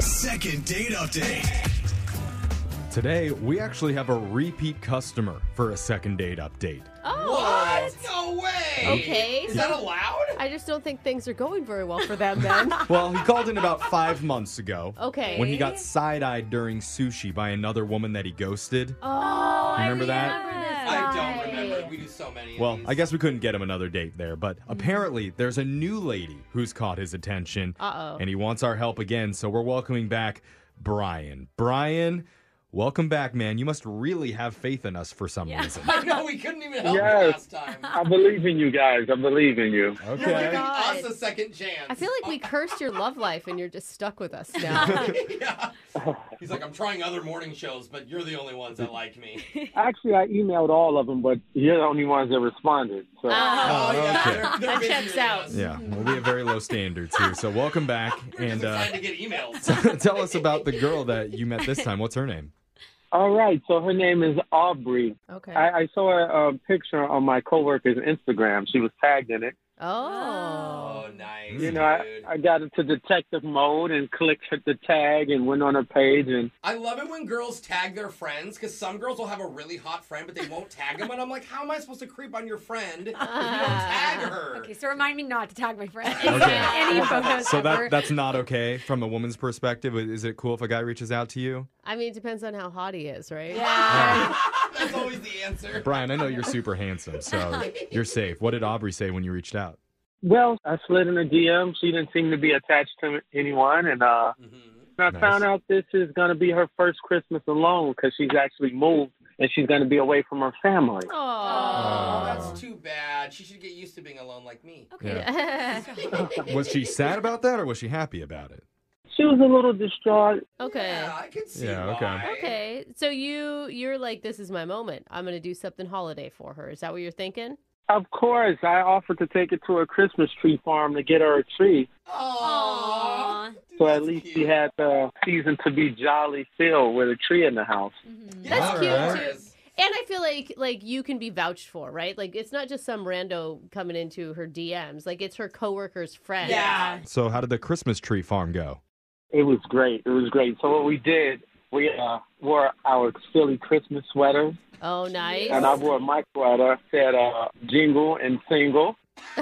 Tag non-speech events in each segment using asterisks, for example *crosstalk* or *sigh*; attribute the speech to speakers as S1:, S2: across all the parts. S1: Second date update.
S2: Today, we actually have a repeat customer for a second date update.
S3: Oh,
S1: No way.
S3: Okay,
S1: Is
S3: so
S1: that allowed?
S3: I just don't think things are going very well for them
S1: *laughs*
S3: then.
S2: Well, he called in about five months ago.
S3: Okay.
S2: When he got side eyed during sushi by another woman that he ghosted.
S3: oh,
S2: remember that?
S1: I don't remember. We do so
S3: *laughs*
S1: many. of
S2: Well,
S1: these.
S2: I guess we couldn't get him another date there, but
S3: Mm-hmm.
S2: apparently there's a new lady who's caught his attention.
S3: Uh-oh.
S2: And he wants our help again, so we're welcoming back Brian. Brian, welcome back, man. You must really have faith in us for some
S3: *laughs*
S2: reason.
S1: I know we couldn't even help
S4: Yes.
S1: you last
S3: Oh
S1: time.
S4: I believe in you guys. I believe in you.
S1: You're giving
S2: Okay.
S3: God.
S1: us a second chance.
S3: I feel like we cursed your love life and you're just stuck with us now.
S1: *laughs*
S4: *laughs*
S1: yeah. He's like, I'm trying other morning shows, but you're the only ones that like me.
S3: *laughs*
S4: Actually, I emailed all of them, but you're the only ones that responded. So
S1: Oh,
S2: okay.
S1: yeah. They're,
S3: That
S1: they're
S3: checks
S1: busier than
S3: out.
S1: us.
S2: Yeah, well, we have very low standards here, so welcome
S3: *laughs*
S2: back.
S1: We're just
S2: And uh,
S1: excited to get
S2: *laughs*
S1: emails.
S2: tell us about the girl that you met this time. What's her name?
S4: all right. So her name is Aubrey.
S3: Okay.
S4: I, I saw a, um picture on my coworker's Instagram. She was tagged in it.
S3: oh.
S1: Oh, nice.
S4: You know, I,
S1: dude.
S4: I got into detective mode and clicked the tag and went on her page and
S1: I love it when girls tag their friends because some girls will have a really hot friend, but they won't tag them. And I'm like, how am I supposed to creep on your friend if you don't
S3: Ah.
S1: tag
S3: *laughs*
S1: her?
S5: Okay, so remind me not to tag my friend.
S2: Okay.
S5: *laughs* Any photos
S2: So
S5: ever.
S2: that that's not okay from a woman's perspective. Is it cool if a guy reaches out to you?
S3: I mean, it depends on how hot he is, right? *laughs*
S5: yeah.
S1: That's always the answer.
S2: Brian, I know you're super handsome, so
S5: *laughs*
S2: you're safe. What did Aubrey say when you reached out?
S4: well, I slid in a DM. She didn't seem to be attached to anyone, and uh,
S1: Mhm.
S4: And I
S2: Nice.
S4: found out this is going to be her first Christmas alone because she's actually moved and she's going to be away from her family.
S1: Oh,
S2: Uh,
S3: Oh.
S1: that's too bad. She should get used to being alone like me.
S2: Yeah. Was she sad about that or was she happy about it?
S4: She was a little distraught.
S3: *laughs* okay.
S1: Yeah, I could see
S2: Yeah, okay.
S1: why.
S3: Okay. So you you're like this is my moment. I'm going to do something holiday for her. Is that what you're thinking?
S4: Of course, I offered to take her to a Christmas tree farm to get her a tree.
S1: Aww.
S5: Aw.
S4: So at least she had the season to be jolly filled with a tree in the house.
S3: That's
S2: cute,
S3: too. And I feel like like you can be vouched for, right? Like it's not just some rando coming into her DMs. Like it's her coworker's friend.
S1: Yeah.
S2: So how did the Christmas tree farm
S5: *laughs*
S2: go?
S4: It was great. It was great. So what we did, we uh, wore our silly Christmas sweater,
S3: Oh, nice.
S4: and I wore my sweater said uh, jingle and single.
S1: *laughs*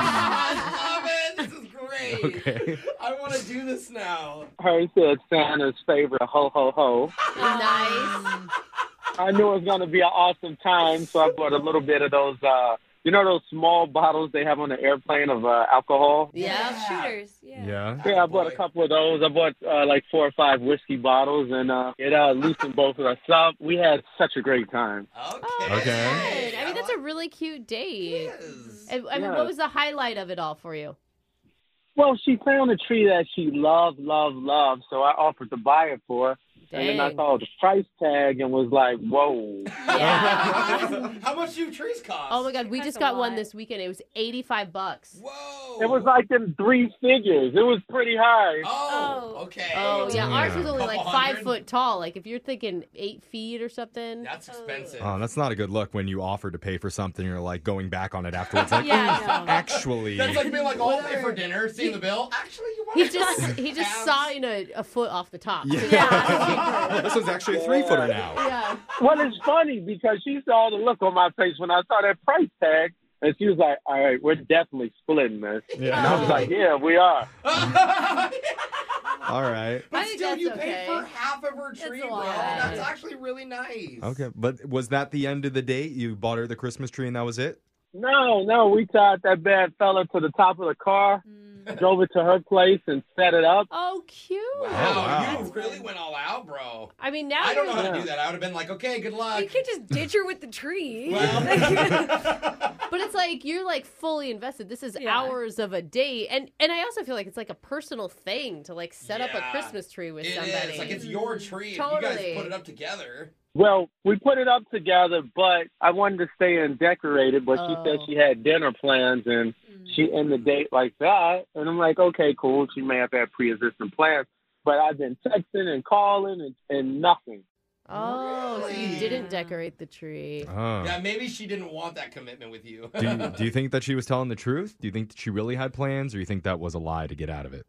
S1: I love it. This is great.
S2: Okay.
S1: I want to do this now.
S4: Hers said Santa's favorite ho ho ho.
S3: nice.
S4: I knew it was going to be an awesome time, so I bought a little bit of those, uh, you know, those small bottles they have on the airplane of uh, alcohol.
S3: Yeah.
S5: Shooters. Yeah.
S2: Yeah.
S4: Yeah, I bought a couple of those. I bought uh, like four or five whiskey bottles, and uh, it uh, loosened both of us up. We had such a great time.
S1: Okay.
S2: Okay.
S3: Oh, Good. I mean, that's a really cute date.
S1: Yes.
S3: And- I mean,
S4: Yeah.
S3: what was the highlight of it all for you?
S4: Well, she found a tree that she loved, loved, loved, so I offered to buy it for her. And then I
S3: Dang.
S4: saw the price tag and was like, whoa.
S1: *laughs* How much do trees cost?
S3: *laughs* Oh my God, we
S5: That's
S3: just
S5: a
S3: got
S5: lot.
S3: one this weekend. It was eighty-five bucks.
S1: Whoa.
S4: It was like in three figures. It was pretty high.
S1: Oh,
S5: Oh.
S1: okay.
S3: Oh yeah, ours was
S2: Yeah.
S3: only like
S1: Couple
S3: five
S1: hundred?
S3: foot tall. Like if you're thinking eight feet or something.
S1: That's expensive.
S2: Oh, that's not a good look when you offer to pay for something you're like going back on it afterwards. Like,
S5: Yeah,
S2: "Mm,
S5: I know.
S2: actually.
S1: That's like being like all day for dinner, seeing the bill. Actually, you want
S3: He just
S1: *laughs*
S3: he just
S1: Abs.
S3: saw you know a foot off the top.
S2: *laughs* Yeah. *laughs* this one's actually a three footer now.
S3: Yeah.
S4: Well, it's funny because she saw the look on my face when I saw that price tag, and she was like, "All right, we're definitely splitting this."
S2: Yeah.
S4: And I was like, "Yeah, we are."
S1: *laughs*
S2: *laughs* All right.
S1: But
S3: I think
S1: still,
S3: that's
S1: you
S3: okay.
S1: paid for half of her tree,
S5: a
S1: bro.
S5: lot.
S1: That's actually really nice.
S2: Okay. But was that the end of the date? You bought her the Christmas tree and that was it?
S4: No, no, we tied that bad fella to the top of the car,
S5: Mm.
S4: *laughs* drove it to her place, and set it up.
S3: Oh, cute.
S1: Wow,
S2: wow.
S1: you really went all out, bro.
S3: I mean, now
S1: I don't know
S3: you're-
S1: how to do that. I would have been like, okay, good luck.
S5: You could just ditch her with the
S3: *laughs*
S5: tree. *laughs*
S1: *laughs* Well,
S3: but it's like you're like fully invested. This is
S5: Yeah.
S3: hours of a date, and and I also feel like it's like a personal thing to like set up
S1: Yeah.
S3: a Christmas tree with
S1: it
S3: somebody.
S1: is. Like, it's your tree. If You
S3: Totally.
S1: guys put it up together.
S4: Well, we put it up together, but I wanted to stay and decorate it, but she
S3: Oh.
S4: said she had dinner plans, and she ended the date like that. And I'm like, okay, cool. She may have had pre-existing plans, but I've been texting and calling and, and nothing.
S3: oh, so you
S1: Really?
S3: didn't decorate the tree.
S2: Oh.
S1: Yeah, maybe she didn't want that commitment with you.
S2: Do
S3: *laughs*
S1: *laughs*
S2: you, do you think that she was telling the truth? Do you think that she really had plans, or you think that was a lie to get out of it?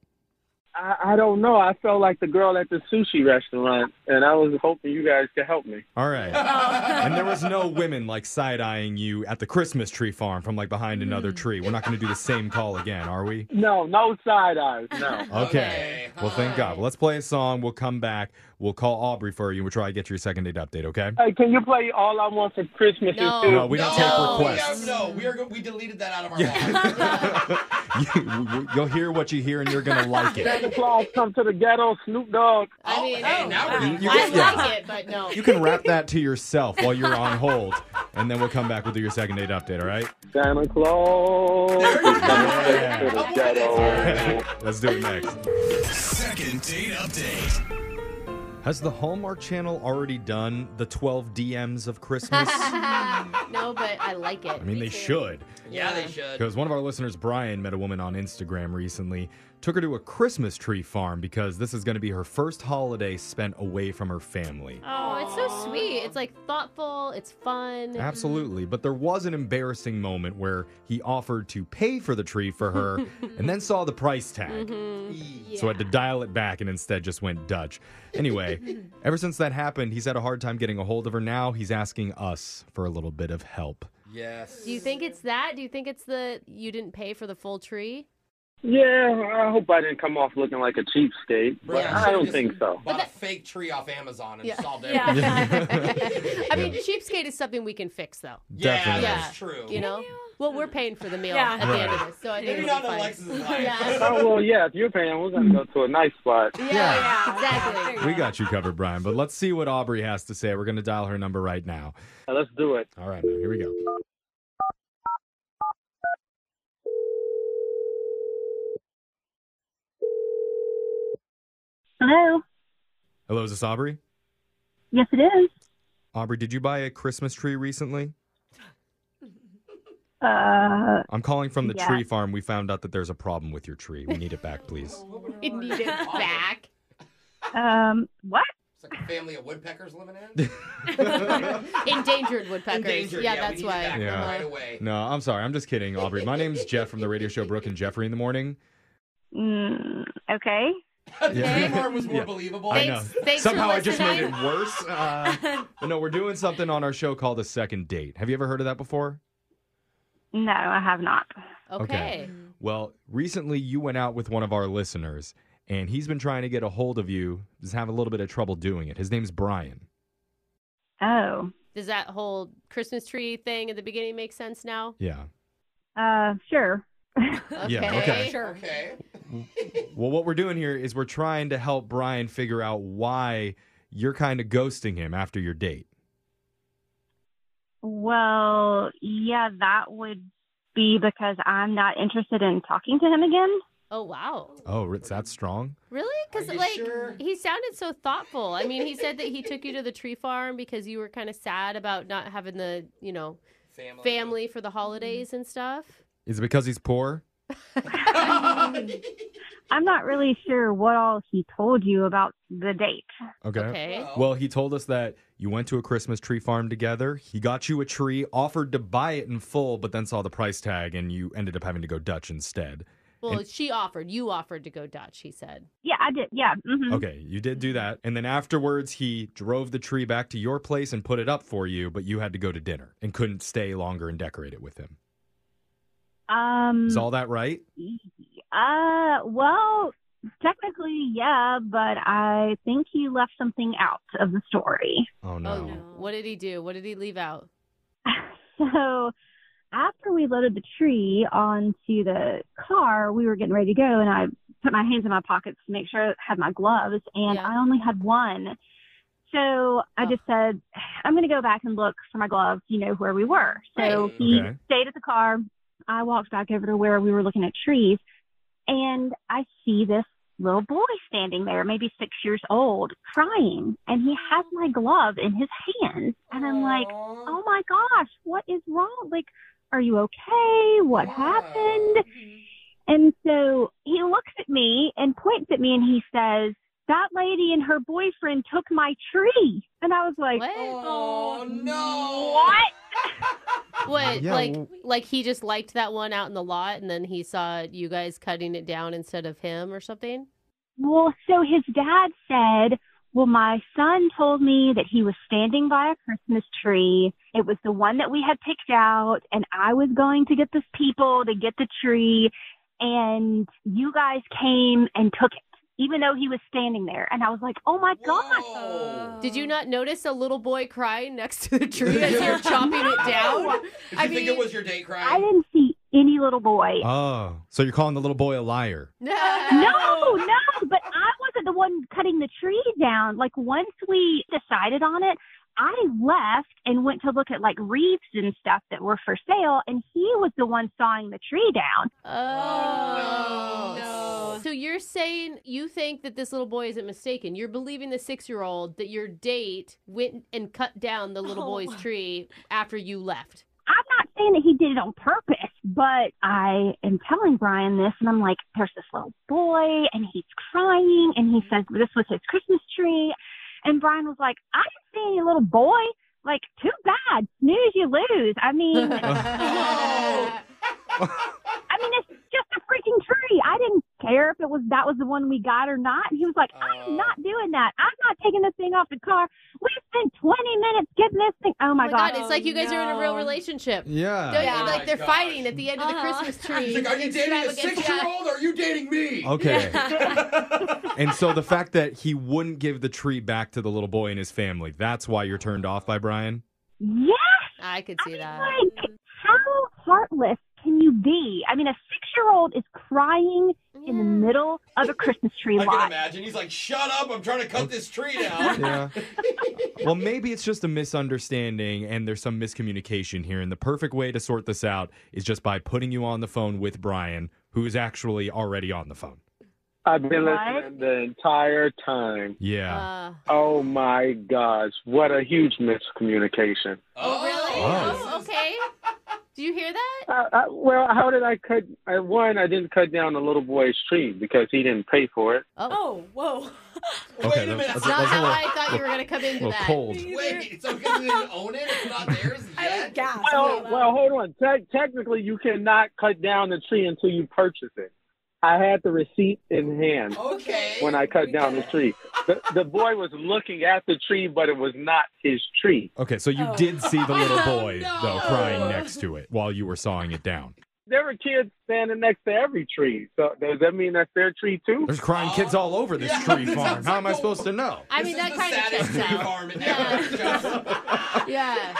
S4: I, I don't know. I felt like the girl at the sushi restaurant, and I was hoping you guys could help me.
S2: All right.
S3: Oh.
S2: and there was no women like side eyeing you at the Christmas tree farm from like behind another tree. We're not going to do the same call again, are we?
S4: No, no side eyes.
S3: *laughs*
S4: No.
S2: Okay.
S1: Okay.
S2: Well, thank God. Well, let's play a song. We'll come back. We'll call Aubrey for you. We'll try to get your second date update, okay? *laughs*
S4: Hey, can you play All I Want for Christmas? Is
S3: No.
S4: You?
S2: No, we don't
S1: no,
S2: take requests.
S1: We have, no, we are. go- We deleted that out of our log.
S3: *laughs*
S2: you, you'll hear what you hear and you're going to like it.
S4: Santa Claus come to the ghetto, Snoop Dogg.
S3: I mean,
S1: hey, Oh, now we're
S3: I
S1: doing
S2: You-
S3: like
S2: yeah.
S3: it, but
S1: *laughs*
S3: no.
S2: You can wrap that to yourself while you're on hold, and then we'll come back with your second date update, all right?
S4: Santa
S2: *laughs*
S1: *laughs*
S4: Claus
S1: There you
S4: is coming
S1: go.
S4: straight to the ghetto.
S2: Let's do it next.
S6: Second date update.
S2: Has the Hallmark Channel already done the 12 DMs of Christmas? I
S3: Ah, no, but I like it.
S2: mean, they should.
S1: yeah, they should.
S2: Because one of our listeners, Brian, met a woman on Instagram recently, took her to a Christmas tree farm because this is going to be her first holiday spent away from her family.
S3: Oh, it's so sweet. It's like thoughtful. It's fun.
S2: Absolutely. But there was an embarrassing moment where he offered to pay for the tree for her and then saw the price tag. So had to dial it back and instead just went Dutch. Anyway, ever since that happened, he's had a hard time getting a hold of her. Now he's asking us for a little bit of help.
S1: Yes.
S3: Do you think it's that? Do you think it's the you didn't pay for the full tree?
S4: Yeah, I hope I didn't come off looking like a cheapskate, but
S1: Bro, you
S4: I
S1: should've
S4: don't
S1: just
S4: think so.
S1: Bought a fake tree off Amazon and
S3: Yeah.
S1: solved it.
S5: Yeah.
S3: *laughs* I mean, cheapskate is something we can fix, though.
S1: Yeah,
S2: *laughs* Definitely.
S1: that's true.
S3: You know, well, we're paying for the meal
S5: Yeah.
S3: at the end of this, so I think
S1: Maybe
S3: it'll
S1: not
S3: be
S1: in
S3: fine.
S1: Alexis'
S3: *laughs*
S1: life.
S3: Yeah.
S4: Oh, well, yeah, if you're paying, we're going to go to a nice spot.
S3: Yeah,
S5: Yeah.
S3: exactly.
S2: We got you covered, Brian. But let's see what Aubrey has to say. We're going to dial her number right now.
S4: Let's do it.
S2: All right, man. Here we go.
S7: Hello.
S2: Hello, is this Aubrey?
S7: Yes, it is.
S2: Aubrey, did you buy a Christmas tree recently?
S7: *laughs* Uh,
S2: I'm calling from the
S7: Yeah.
S2: tree farm. We found out that there's a problem with your tree. We need it back, please.
S3: *laughs* We
S1: *laughs*
S3: need it back.
S7: um, what?
S1: It's like a family of woodpeckers living
S2: *laughs*
S1: in.
S3: Endangered woodpeckers.
S1: Endangered.
S3: Yeah,
S1: we
S3: that's
S1: need it
S3: why. Uh-huh.
S1: back
S2: Yeah.
S1: Right *laughs* away.
S2: No, I'm sorry. I'm just kidding, Aubrey. My name's Jeff from the radio show Brooke and Jeffrey in the morning.
S7: Mm, okay.
S1: The
S2: Yeah.
S1: tree farm was more
S2: Yeah.
S1: believable.
S2: I know.
S3: Thanks- thanks for
S2: Somehow I just made it
S3: listening.
S2: worse.
S3: *laughs*
S2: Uh, but no, we're doing something on our show called a second date. Have you ever heard of that before?
S7: No, I have not.
S3: Okay.
S2: Well, recently you went out with one of our listeners, and he's been trying to get a hold of you. Just having a little bit of trouble doing it. His name's Brian.
S7: Oh,
S3: Does that whole Christmas tree thing at the beginning make sense now?
S2: Yeah.
S7: uh, sure.
S3: Okay.
S2: Yeah, okay.
S5: Sure.
S1: Okay.
S2: Well, what we're doing here is we're trying to help Brian figure out why you're kind of ghosting him after your date.
S7: Well, yeah, that would be because I'm not interested in talking to him again.
S3: Oh wow.
S2: Oh, it's that strong?
S3: Really? Because
S1: Are you
S3: like
S1: sure?
S3: he sounded so thoughtful. I mean, he said that he took you to the tree farm because you were kind of sad about not having the you know
S1: Family. *laughs*
S3: family for the holidays and stuff.
S2: Is it because he's poor?
S3: *laughs*
S7: I'm not really sure what all he told you about the date.
S2: Okay.
S3: Okay.
S2: Well, he told us that you went to a Christmas tree farm together. He got you a tree, offered to buy it in full, but then saw the price tag and you ended up having to go Dutch instead.
S3: Well, she offered. You offered to go Dutch. He said.
S7: Yeah, I did. Yeah. hmm
S2: Okay, you did do that. And then afterwards, he drove the tree back to your place and put it up for you, but you had to go to dinner and couldn't stay longer and decorate it with him.
S7: Um.
S2: Is all that right?
S7: Uh. Well, technically, yeah, but I think he left something out of the story.
S2: Oh,
S3: Oh,
S2: no.
S3: what did he do? What did he leave out?
S7: *laughs* So after we loaded the tree onto the car, we were getting ready to go, and I put my hands in my pockets to make sure I had my gloves, and
S3: Yeah.
S7: I only had one. So I
S3: Ugh.
S7: just said, I'm going to go back and look for my gloves, you know, where we were. So
S1: Right.
S7: he
S2: Okay.
S7: stayed at the car. I walked back over to where we were looking at trees, and I see this little boy standing there, maybe six years old, crying, and he has my glove in his hand. And I'm like, oh my gosh, what is wrong? Like, are you okay? What
S1: Yeah.
S7: happened? And so he looks at me and points at me and he says, that lady and her boyfriend took my tree. And I was like,
S3: What?
S1: Oh no.
S7: what?
S3: What?
S2: Yeah,
S3: like,
S2: well-
S3: like he just liked that one out in the lot, and then he saw you guys cutting it down instead of him or something.
S7: Well, so his dad said, Well, my son told me that he was standing by a Christmas tree. It was the one that we had picked out, and I was going to get the people to get the tree. And you guys came and took it, even though he was standing there. And I was like, Oh my gosh.
S1: Whoa.
S3: Did you not notice a little boy crying next to the tree as
S2: *laughs*
S3: you're chopping it down?
S1: Did you
S3: I
S1: think
S3: mean-
S1: it was your date crying?
S7: I didn't see any little boy.
S2: Oh, so you're calling the little boy a liar?
S7: No, no, but I wasn't the one cutting the tree down. Like once we decided on it, I left and went to look at like reeds and stuff that were for sale, and he was the one sawing the tree down.
S3: Oh,
S5: no.
S3: So you're saying you think that this little boy isn't mistaken. You're believing the six year old that your date went and cut down the little
S5: Oh.
S3: boy's tree after you left.
S7: I'm not saying that he did it on purpose, but I am telling Brian this, and I'm like, there's this little boy, and he's crying, and he says this was his Christmas tree. And Brian was like, I didn't see any little boy. Like, too bad. Snooze, you lose. I mean, I mean, it's just a freaking tree. I didn't care if it was that was the one we got or not. And he was like,
S1: Oh.
S7: I'm not doing that. I'm not taking this thing off the car. We spent 20 minutes getting this thing. Oh
S3: Oh
S7: my,
S3: my God,
S5: God.
S3: it's like you guys are in a real
S5: No.
S3: relationship.
S2: Yeah.
S3: Don't you-
S5: Yeah.
S3: Like
S1: Oh My
S3: they're
S1: gosh.
S3: fighting at the end of the
S5: Uh-huh.
S3: Christmas
S1: *laughs*
S3: tree.
S1: She's like, are you dating a
S3: Extravagance,
S1: six year old or are you dating me?
S2: Okay.
S1: *laughs*
S3: *laughs*
S1: Okay.
S2: And so the fact that he wouldn't give the tree back to the little boy and his family, that's why you're turned off by Brian?
S7: yeah.
S3: yeah. I could see that.
S7: Like, how heartless can you be? I mean, a six year old is crying in the middle of
S1: *laughs*
S7: a Christmas tree
S1: I can
S7: lot.
S1: imagine. He's like, shut up, I'm trying to cut this tree
S2: *laughs*
S1: down.
S2: Yeah. well, maybe it's just a misunderstanding and there's some miscommunication here. And the perfect way to sort this out is just by putting you on the phone with Brian, who is actually already on the phone.
S4: I've been
S7: What?
S4: listening the entire time.
S2: Yeah.
S3: Uh,
S4: Oh my gosh, what a huge miscommunication.
S3: oh, really?
S2: Oh.
S3: Oh, okay. Do you hear that?
S4: I, I, Uh, well, how did I cut? I, one, I didn't cut down the little boy's tree because he didn't pay for it.
S5: *laughs* Oh, whoa.
S2: Okay,
S1: Wait a
S2: that-
S1: minute.
S2: that's-
S3: Not
S2: that's a
S3: how
S2: little-
S3: I thought you were going to come
S2: A
S3: into
S2: little
S3: that.
S2: cold.
S1: Wait, so because you didn't own it, it's not
S3: *laughs*
S1: theirs
S5: I was
S1: yet?
S5: gasped.
S4: Well, well, hold on. Te- technically, you cannot cut down the tree until you purchase it. I had the receipt in hand
S1: Okay.
S4: when I cut down the tree. The, the boy was looking at the tree, but it was not his tree.
S2: Okay, so you
S5: Oh.
S2: did see the little boy,
S1: no.
S2: though, crying next to it while you were sawing it down.
S4: There were kids standing next to every tree. So does that mean that's their tree too?
S2: There's crying kids all over this
S1: Yeah,
S2: tree
S1: *laughs* this
S2: farm.
S1: sounds
S2: How am I
S1: like-
S2: supposed to know?
S3: I mean,
S1: this
S3: that
S1: is
S3: kind
S1: the
S3: of
S1: saddest
S3: checks
S1: tree
S3: out.
S1: farm in
S3: Yeah. *laughs*
S1: ever. Just-
S3: Yeah.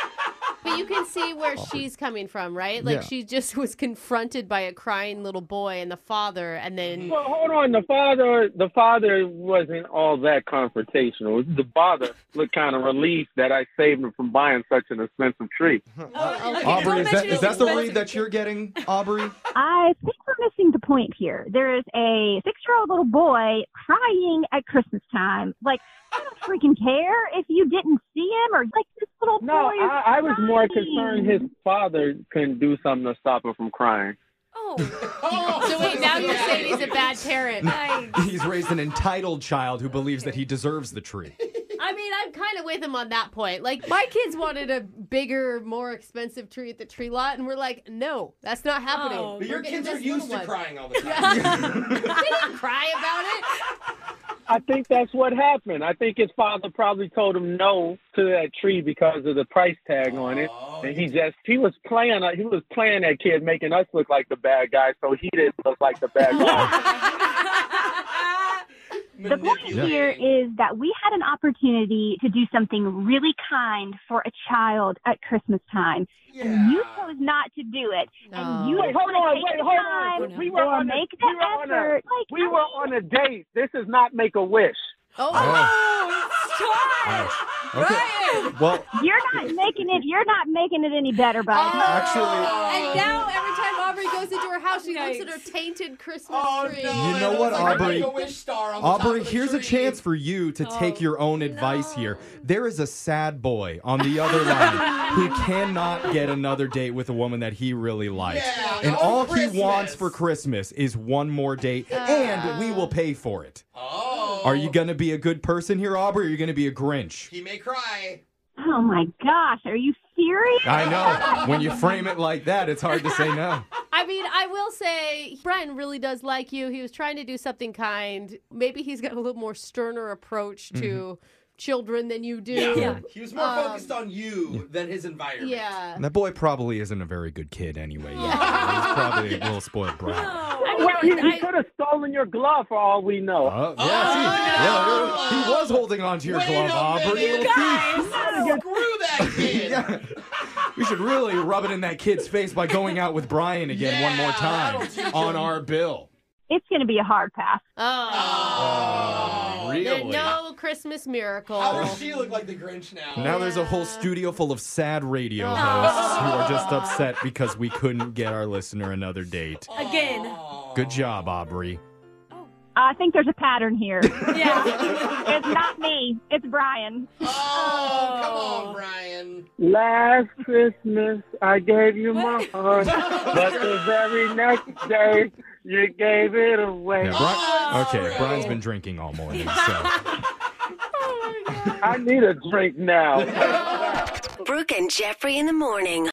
S3: But you can see where she's coming from, right? Like
S2: Yeah.
S3: she just *laughs* was confronted by a crying little boy and the father, and *laughs* then
S4: Well, hold on. The father, the father wasn't all that confrontational. The father looked kind of relieved that I saved him from buying such an expensive tree.
S5: Oh,
S2: Aubrey, is that, is that the read
S5: read
S2: that you're getting,
S1: *laughs*
S2: Aubrey?
S7: I think we're missing the point here. There is a six year old little boy crying at Christmas time. Like, I don't freaking care if you didn't see him or like this little
S4: No,
S7: boy. is
S4: I, I was more concerned
S7: crying.
S4: his father couldn't do something to stop him from crying.
S5: Oh,
S1: oh,
S3: So wait, now you're saying he's a bad *laughs* parent.
S5: I,
S2: He's raised an entitled child who believes that he deserves the
S1: *laughs*
S2: tree.
S3: I mean, I'm kind of with him on that point. Like my kids wanted a bigger, more expensive tree at the tree lot, and we're like, no, that's not happening.
S5: Oh.
S3: We're
S1: But your
S3: getting
S1: kids are
S3: this
S1: used
S3: little
S1: to
S3: one.
S1: crying all the
S3: *laughs*
S1: time.
S3: They didn't cry about it.
S4: I think that's what happened. I think his father probably told him no to that tree because of the price tag on it.
S1: Oh,
S4: And he just he was playing he was playing that kid, making us look like the bad guy, so he didn't look like the *laughs* bad guy.
S7: The point here is that we had an opportunity to do something really kind for a child at Christmas time. And
S1: Oh,
S7: you chose not to do it. And you
S3: No.
S4: Wait,
S7: didn't
S4: hold
S7: wanna
S4: on,
S7: take
S4: wait,
S7: the
S4: hold
S7: time
S4: on. We were
S7: or
S4: on a-
S7: make the
S4: we were on a-
S7: effort. like,
S4: We
S7: I
S4: were on a date. This is not make a wish.
S3: Oh,
S2: Okay. Well,
S7: mean, you're not making it. You're not making it any better, bud.
S4: Uh,
S2: actually,
S3: and now every time Aubrey goes into her house, she looks at her
S5: Yikes.
S3: tainted Christmas
S1: Oh,
S3: tree.
S1: no,
S2: You
S1: it
S2: know
S1: was
S2: what,
S1: like a
S2: Aubrey?
S1: Make-A-Wish star on the top
S2: Aubrey,
S1: of the
S2: here's a
S1: Oh. tree. Oh,
S2: chance for you to take your own advice here. There is a sad boy on the
S1: *laughs*
S2: other line who cannot get another date with a woman that he really likes.
S1: Yeah,
S2: and
S1: on
S2: all
S1: Christmas.
S2: he wants for Christmas is one more date, and we will pay for it.
S1: Oh.
S2: Are you going to be a good person here, Aubrey, or are you going to be a Grinch?
S1: He may cry.
S7: Oh my gosh, are you serious?
S2: I know. When you frame it like that, it's hard to say no.
S3: I I mean, I will say Brian really does like you. He was trying to do something kind. Maybe he's got a little more sterner approach to children than you do.
S1: Yeah.
S5: Yeah.
S1: He was more
S3: Um,
S1: focused on you than his environment.
S3: Yeah.
S2: And that boy probably isn't a very good kid anyway. Yeah. He's probably a little spoiled brat.
S5: No.
S4: Well, he,
S3: I-
S4: he could have stolen your glove for all we know.
S2: Oh, yeah, see,
S1: Oh,
S2: yeah,
S1: no.
S2: he was holding on to your
S1: Wait
S2: glove,
S1: a
S2: Aubrey.
S1: *laughs* minute,
S2: little thief.
S1: Screw that *laughs* kid.
S2: Yeah. We should really rub it in that kid's face by going out with Brian again one more
S1: Yeah, that'll
S2: time on our bill.
S7: It's going to be a hard pass.
S3: Oh.
S2: Oh,
S3: There-
S2: really?
S3: No Christmas miracle.
S1: How does she look like the Grinch now?
S2: Now there's a whole
S3: Yeah.
S2: studio full of sad radio
S3: Aw.
S2: hosts who are just upset because we couldn't get our listener another date.
S5: Again.
S1: Aw.
S2: Good job, Aubrey.
S7: I think there's a pattern here.
S5: Yeah.
S7: it's not me. It's Brian.
S1: Oh, come on, Brian.
S4: Last Christmas, I gave you my heart, but the very next day, you gave it away.
S2: Yeah, Bri-
S1: Oh,
S2: okay,
S1: Aubrey.
S2: Brian's been drinking all morning, so
S4: I need a drink now.
S8: Brooke and Jeffrey in the morning.